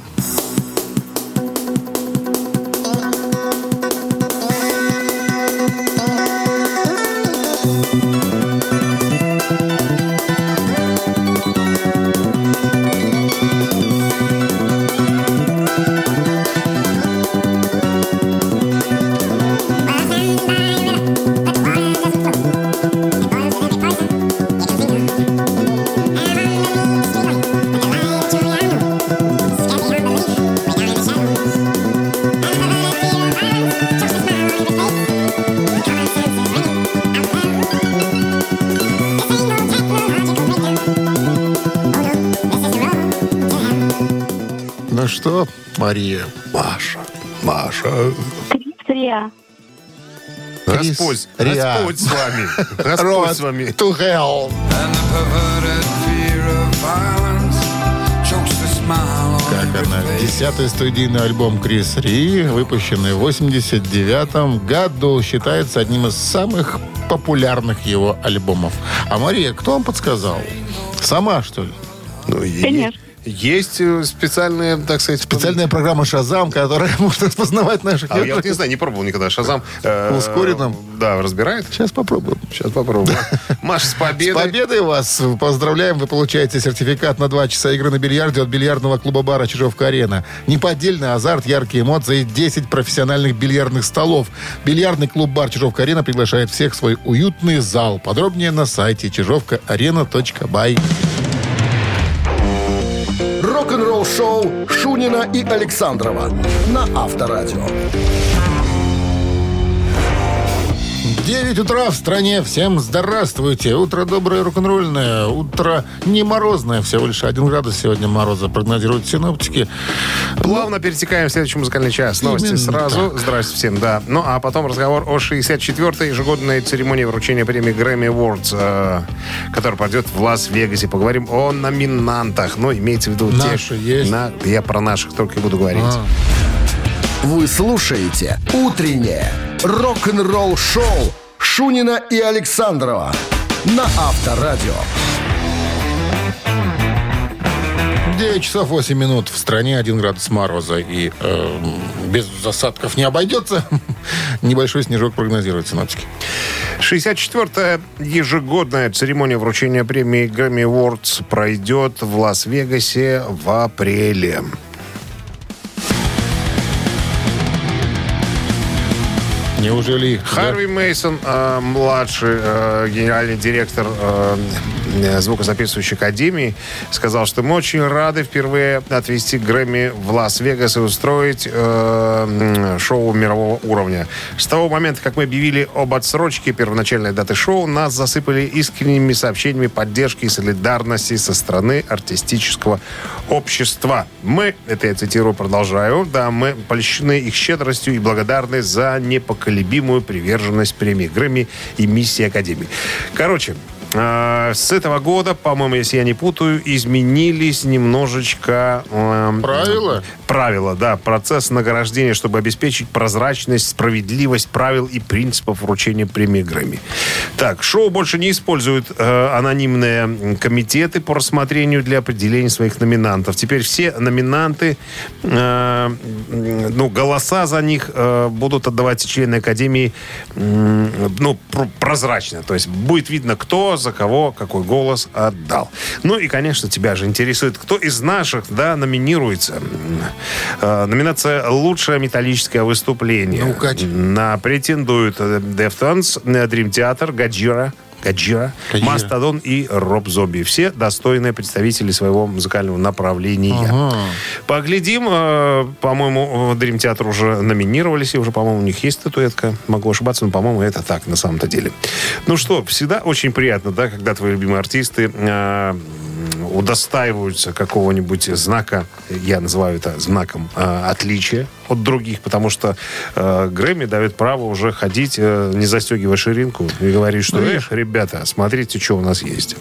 Ну что, Мария?
Маша. Маша.
Крис Риа.
Крис
Господь.
Риа.
Господь с вами. Господь с вами.
To hell. Как она? Десятый студийный альбом Крис Ри, выпущенный в 89-м году, считается одним из самых популярных его альбомов. А Мария, кто вам подсказал? Сама, что ли?
Ну, и-
Конечно.
Есть э, специальные, так сказать...
Специальная программа «Шазам», которая может распознавать наших
А я вот
ежиков.
не знаю, не пробовал никогда. Шазам... э,
В ускоренном?
Да, разбирает.
Сейчас попробуем.
Сейчас попробуем. Маша, с
С
победой.
победой вас! Поздравляем! Вы получаете сертификат на 2 часа игры на бильярде от бильярдного клуба-бара «Чижовка-арена». Неподдельный азарт, яркие эмоции и 10 профессиональных бильярдных столов. Бильярдный клуб-бар «Чижовка-арена» приглашает всех в свой уютный зал. Подробнее на сайте чижовкаарена.бай.
Рок-н-ролл шоу Шунина и Александрова на Авторадио.
9 утра в стране. Всем здравствуйте. Утро доброе, рок-н-ролльное. Утро не морозное. Всего лишь 1 градус сегодня мороза. Прогнозируют синоптики.
Плавно перетекаем в следующий музыкальный час. Новости
Именно
сразу. Здрасте всем, да. Ну, а потом разговор о 64-й ежегодной церемонии вручения премии Грэмми Awards, э, которая пройдет в Лас-Вегасе. Поговорим о номинантах. Ну, имеется в виду те-
Наши есть?
На- я про наших только и буду говорить.
А.
Вы слушаете «Утреннее рок-н-ролл-шоу» Шунина и Александрова на Авторадио.
9 часов 8 минут. В стране 1 градус мороза. И эм, без засадков не обойдется. Небольшой снежок прогнозирует синоптики.
64-я ежегодная церемония вручения премии Grammy Awards пройдет в Лас-Вегасе в апреле.
Неужели...
Харви Мейсон, младший э, генеральный директор э, э, звукозаписывающей академии, сказал, что мы очень рады впервые отвезти Грэмми в Лас-Вегас и устроить э, м, шоу мирового уровня. С того момента, как мы объявили об отсрочке первоначальной даты шоу, нас засыпали искренними сообщениями поддержки и солидарности со стороны артистического общества. Мы, это я цитирую, продолжаю, да, мы польщены их щедростью и благодарны за непоколебимую приверженность премии Грэмми и миссии Академии. Короче, э, с этого года, по-моему, если я не путаю, изменились немножечко... э,
Правила?
Правила, да. Процесс награждения, чтобы обеспечить прозрачность, справедливость правил и принципов вручения премии Грэмми. Так, шоу больше не используют э, анонимные м, комитеты по рассмотрению для определения своих номинантов. Теперь все номинанты, э, м, ну, голоса за них э, будут отдавать члены Академии, м, ну, пр- прозрачно. То есть будет видно, кто за кого какой голос отдал. Ну и, конечно, тебя же интересует, кто из наших, да, номинируется. М, э, номинация «Лучшее металлическое выступление».
Ну, Кать.
На претендуют э, Deftones, э, Dream Theater, Гаджира, Гаджира,
Гаджира.
Мастодон и Роб Зомби. Все достойные представители своего музыкального направления. Поглядим. э, По-моему, в Dream Theater уже номинировались, и уже, по-моему, у них есть статуэтка. Могу ошибаться, но, по-моему, это так на самом-то деле. Ну что, всегда очень приятно, да, когда твои любимые артисты э, удостаиваются какого-нибудь знака, я называю это знаком э, отличия от других, потому что э, Грэмми дает право уже ходить, э, не застегивая ширинку, и говорить, что, эх, ребята, смотрите, что у нас есть.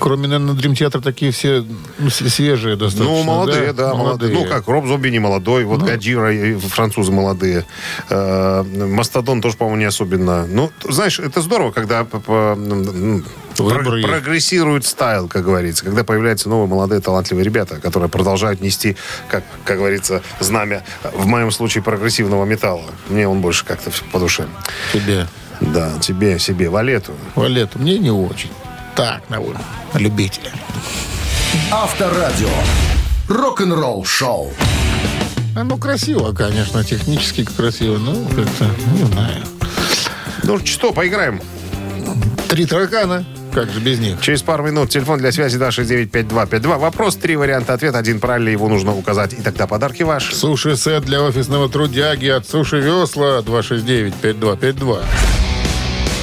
Кроме, наверное, Dream Theater такие все ну, с- свежие достаточно.
Ну, молодые, да, молодые. Ну, как, Роб Зомби не молодой, вот Гаджира и французы молодые. Э, Мастодон тоже, по-моему, не особенно. Ну, т- знаешь, это здорово, когда п- п- м,
Выбор
про-
есть.
прогрессирует стайл, как говорится, когда появляются новые молодые талантливые ребята, которые продолжают нести, как, как говорится, знамя, э, в моем случае, прогрессивного металла. Мне он больше как-то по душе.
Тебе.
Да, тебе, себе, Валету.
Валет, мне не очень. Так, на волю. На любителя.
Авторадио. Рок-н-ролл шоу.
А, Ну, красиво, конечно, технически красиво, но как-то, не знаю.
Ну что, поиграем?
Три таракана, как же без них?
Через пару минут телефон для связи 269-5252. Вопрос, три варианта ответа, один правильный, его нужно указать. И тогда подарки ваши.
Суши-сет для офисного трудяги от Суши Весла 269-5252.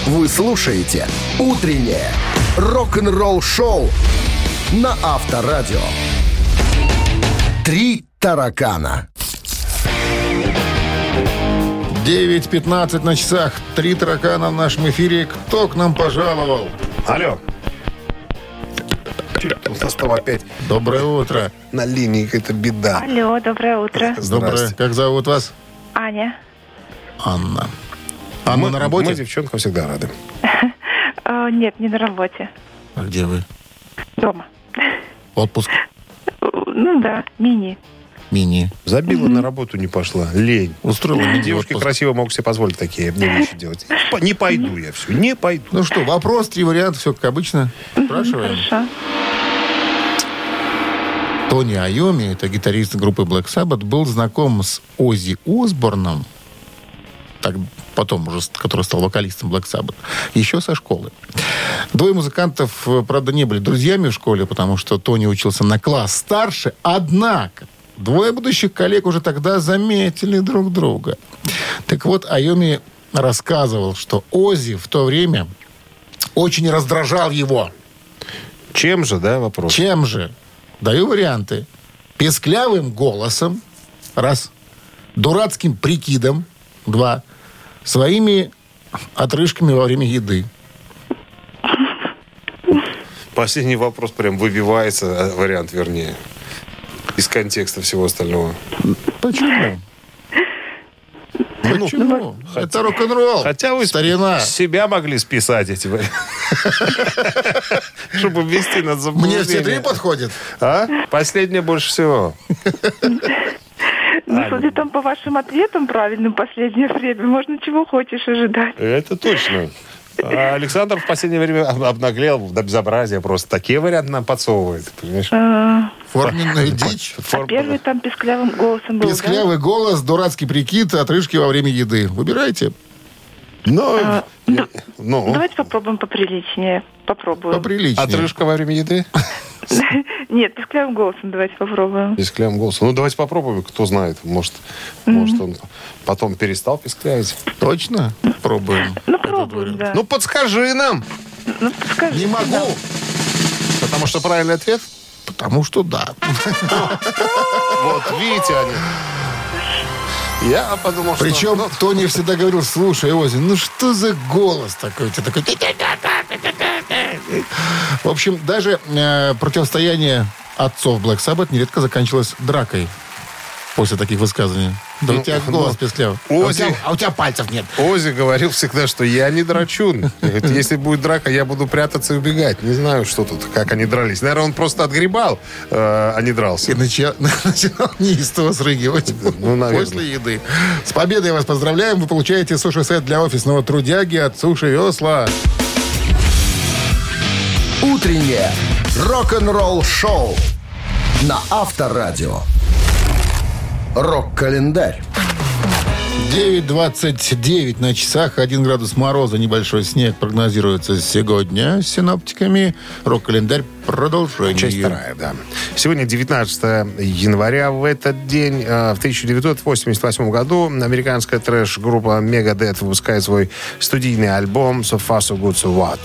Вы слушаете «Утреннее рок-н-ролл-шоу» на Авторадио. «Три таракана».
9.15 на часах. Три таракана в нашем эфире. Кто к нам пожаловал?
Алло. Черт, у нас там опять
Доброе утро.
на линии какая-то беда.
Алло, доброе утро.
Доброе.
Здравствуйте.
Как зовут вас?
Аня.
Анна. Анна на работе?
Мы девчонкам всегда рады.
Э, нет, не на работе.
А где вы?
Дома.
Отпуск
Э, Ну да, мини.
мини.
Забила на работу, не пошла. Лень.
Устроила мини
Девушки
отпуск.
красиво могут себе позволить такие мне нечего делать. По- Не пойду я все, не пойду.
Ну что, вопрос, три варианта, все как обычно. Спрашиваем.
Хорошо.
Тони Айоми, это гитарист группы Black Sabbath, был знаком с Оззи Осборном, так, потом уже, с- который стал вокалистом Black Sabbath, еще со школы. Двое музыкантов, э, правда, не были друзьями в школе, потому что Тони учился на класс старше, однако двое будущих коллег уже тогда заметили друг друга. Так вот, Айоми рассказывал, что Оззи в то время очень раздражал его.
Чем же, да, вопрос?
Чем же? Даю варианты. Песклявым голосом. Раз. Дурацким прикидом. Два. Своими отрыжками во время еды.
Последний вопрос прям выбивается, э, вариант вернее. Из контекста всего остального.
Почему? Почему? Это рок-н-ролл.
Хотя вы
Старина.
с себя могли списать эти варианты. Чтобы ввести на заблуждение.
Мне все три подходят.
А? Последнее больше всего.
Ну, смотри, там по вашим ответам правильным последнее время. Можно чего хочешь ожидать.
Это точно. А Александр в последнее время об- обнаглел до безобразия просто. Такие варианты нам подсовывает, понимаешь?
А,
Форменная дичь.
а первый там песклявым голосом
Ну,
был, да?
Песклявый голос, дурацкий прикид, отрыжки во время еды. Выбирайте.
Ну,
А,
я-
да.
ну, А
Давайте попробуем поприличнее. Попробуем.
Поприличнее.
отрыжка во время еды.
Нет, песклявым голосом давайте попробуем.
Без клям голоса. Ну, давайте попробуем, кто знает. Может, может он потом перестал песклявить.
Точно? Пробуем.
Ну, пробуем, да.
Ну, подскажи нам!
Ну, скажи.
Не могу,
Потому что правильный ответ...
потому что да.
Вот, видите они. Я подумал, что...
Причем
Ну,
Тони всегда говорил, слушай, Озин, ну что за голос такой? Ты такой... В общем, даже э, противостояние отцов Black Sabbath нередко заканчивалось дракой после таких высказываний. Да
Ну,
у тебя голос песклявый. А у
Ози-
тебя- А у тебя пальцев нет.
Ози говорил всегда, что я не драчун. Говорит, Если будет драка, я буду прятаться и убегать. Не знаю, что тут, как они дрались. Наверное, он просто отгребал, э, а не дрался.
И начи- начинал неистово срыгивать
Ну, наверное.
после еды. С победой вас поздравляем. Вы получаете суши-сет для офисного трудяги от Суши Весла.
Утреннее рок-н-ролл-шоу на Авторадио. Рок-календарь.
9.29 на часах, 1 градус мороза, небольшой снег прогнозируется сегодня с синоптиками. Рок-календарь продолжение.
Часть вторая, да. Сегодня 19 января. В этот день, э, в 1988 году, американская трэш-группа Megadeth выпускает свой студийный альбом «So Far So Good So What».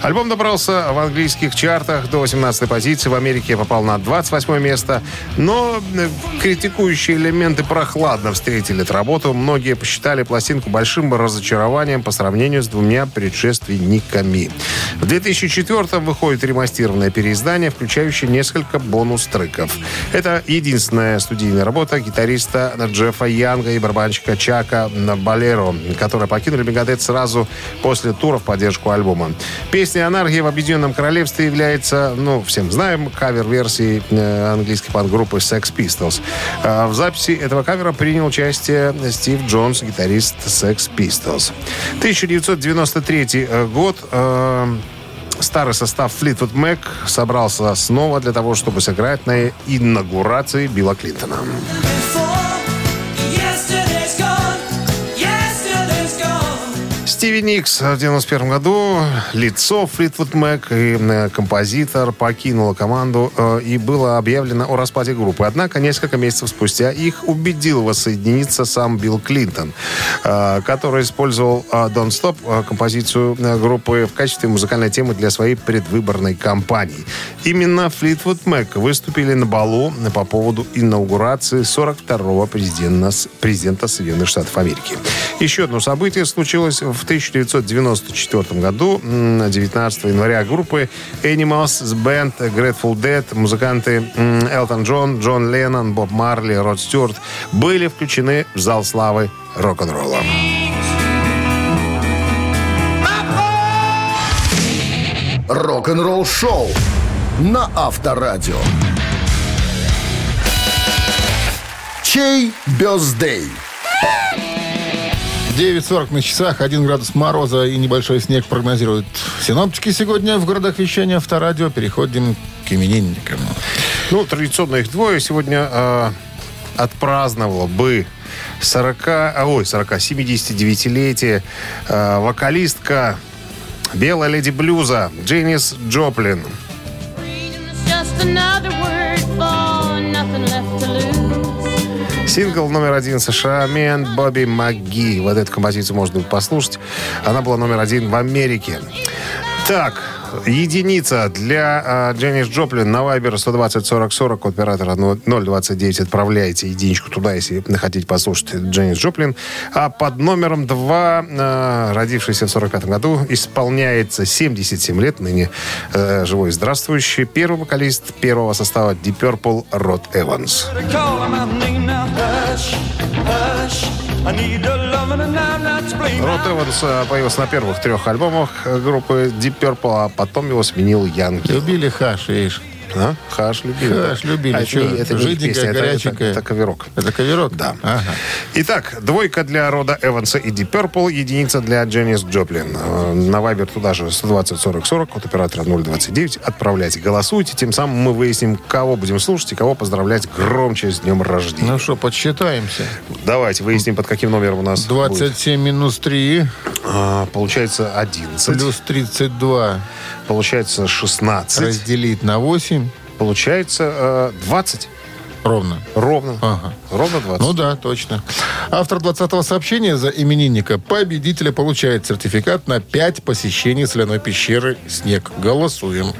Альбом добрался в английских чартах до 18 позиции. В Америке попал на 28 место. Но э, критикующие элементы прохладно встретили эту работу. Многие посчитали пластинку большим разочарованием по сравнению с двумя предшественниками. В 2004 выходит ремастированное переиздание, включающее несколько бонус-треков. Это единственная студийная работа гитариста Джеффа Янга и барабанщика Чака Балеро, э, которые покинули Мегадет сразу после тура в поддержку альбома. Песня «Анархия в Объединенном Королевстве» является, ну, всем знаем, кавер-версией э, английской панк-группы Sex Pistols. А В записи этого кавера принял участие Стив Джонс, гитарист Sex Pistols. 1993 год. э, Старый состав Fleetwood Mac собрался снова для того, чтобы сыграть на инаугурации Билла Клинтона. Стиви Никс в 91 году, лицо Флитвуд Мэг и э, композитор покинула команду э, и было объявлено о распаде группы. Однако несколько месяцев спустя их убедил воссоединиться сам Билл Клинтон, э, который использовал э, Don't Stop, э, композицию э, группы в качестве музыкальной темы для своей предвыборной кампании. Именно Флитвуд Мэг выступили на балу по поводу инаугурации 42-го президента, президента Соединенных Штатов Америки. Еще одно событие случилось в 1994 году, м, 19 января группы Animals с Band Grateful Dead, музыканты м, Элтон Джон, Джон Леннон, Боб Марли, Род Стюарт были включены в зал славы рок-н-ролла.
Рок-н-ролл-шоу на Авторадио. Чей бездей?
9.40 на часах, 1 градус мороза и небольшой снег прогнозируют синоптики сегодня в городах вещания авторадио. Переходим к именинникам.
Ну, традиционно их двое. Сегодня э, отпраздновало бы 40, а, ой, 40, 79-летие э, вокалистка белая леди блюза Дженнис Джоплин. Сингл номер один США «Мен Бобби МакГи». Вот эту композицию можно послушать. Она была номер один в Америке. Так, единица для э, Дженнис Джоплин на Viber 120-40-40, код оператора 029. Отправляйте единичку туда, если хотите послушать Дженнис Джоплин. А под номером 2, э, родившийся в 45 году, исполняется 77 лет, ныне э, живой и здравствующий, первый вокалист первого состава Deep Purple Род Эванс.
Call my name now, hush, hush.
Рот Эванс э, появился на первых трех альбомах э, группы Deep Purple, а потом его сменил Янки.
Любили хаш, видишь.
А? Хаш любили.
Хаш любили.
А это
Чё,
не- это не их
жиденькая,
песня, это-
горяченькая.
Это, это коверок.
Это коверок?
Да.
Ага.
Итак, двойка для Рода Эванса и Deep Purple, единица для Дженнис Джоплин. Э, На Вайбер туда же 120-40-40 от оператора 029. Отправляйте, голосуйте. Тем самым мы выясним, кого будем слушать и кого поздравлять громче с днем рождения.
Ну что, подсчитаемся.
Давайте выясним, под каким номером у нас будет.
27 минус 3
А, получается 11.
плюс 32
Получается 16.
разделить на 8
Получается э, 20.
ровно.
Ровно.
Ага.
Ровно 20.
А. Ну да, точно. Автор 20-го сообщения за именинника победителя получает сертификат на 5 посещений соляной пещеры «Снег». Голосуем.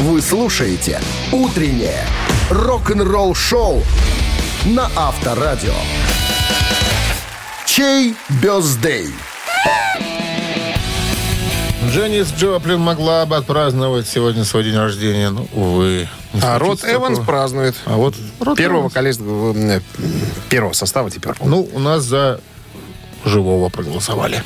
Вы слушаете «Утреннее рок-н-ролл-шоу» на Авторадио. Чей бездей?
Дженнис Джоплин могла бы отпраздновать сегодня свой день рождения. Ну, увы. Не
а Род
случится
Эванс
такого.
празднует.
А вот Род
первого
Эванс.
колес... э, первого состава Deep Purple.
Ну, у нас за живого проголосовали.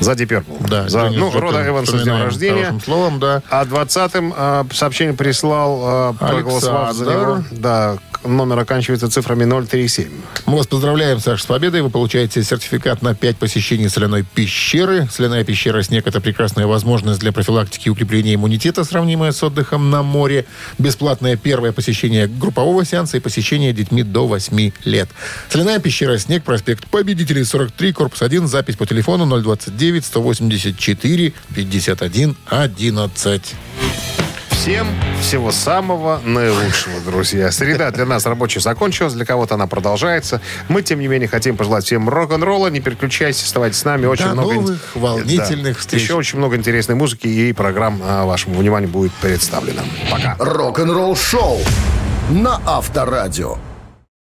За Deep Purple.
Да,
За,
Дженнис
ну,
Джоплин
Рода Эванса с днем
вспоминаем
рождения.
Хорошим словом, да.
А 20-м э, сообщение прислал, э, проголосовав за него.
Александр.
Да, к- номер оканчивается цифрами 037.
Мы вас поздравляем, Саша, с победой. Вы получаете сертификат на 5 посещений соляной пещеры. Соляная пещера «Снег» — это прекрасная возможность для профилактики и укрепления иммунитета, сравнимая с отдыхом на море. Бесплатное первое посещение группового сеанса и посещение детьми до 8 лет. Соляная пещера «Снег», проспект Победителей, 43, корпус 1, запись по телефону 029-184-51-11.
Всем всего самого наилучшего, друзья. Среда для нас рабочая закончилась, для кого-то она продолжается. Мы, тем не менее, хотим пожелать всем рок-н-ролла. Не переключайтесь, оставайтесь с нами. Очень
До
много ин-
новых волнительных встреч.
Еще очень много интересной музыки и программ а, вашему вниманию будет представлено. Пока.
Рок-н-ролл-шоу на Авторадио.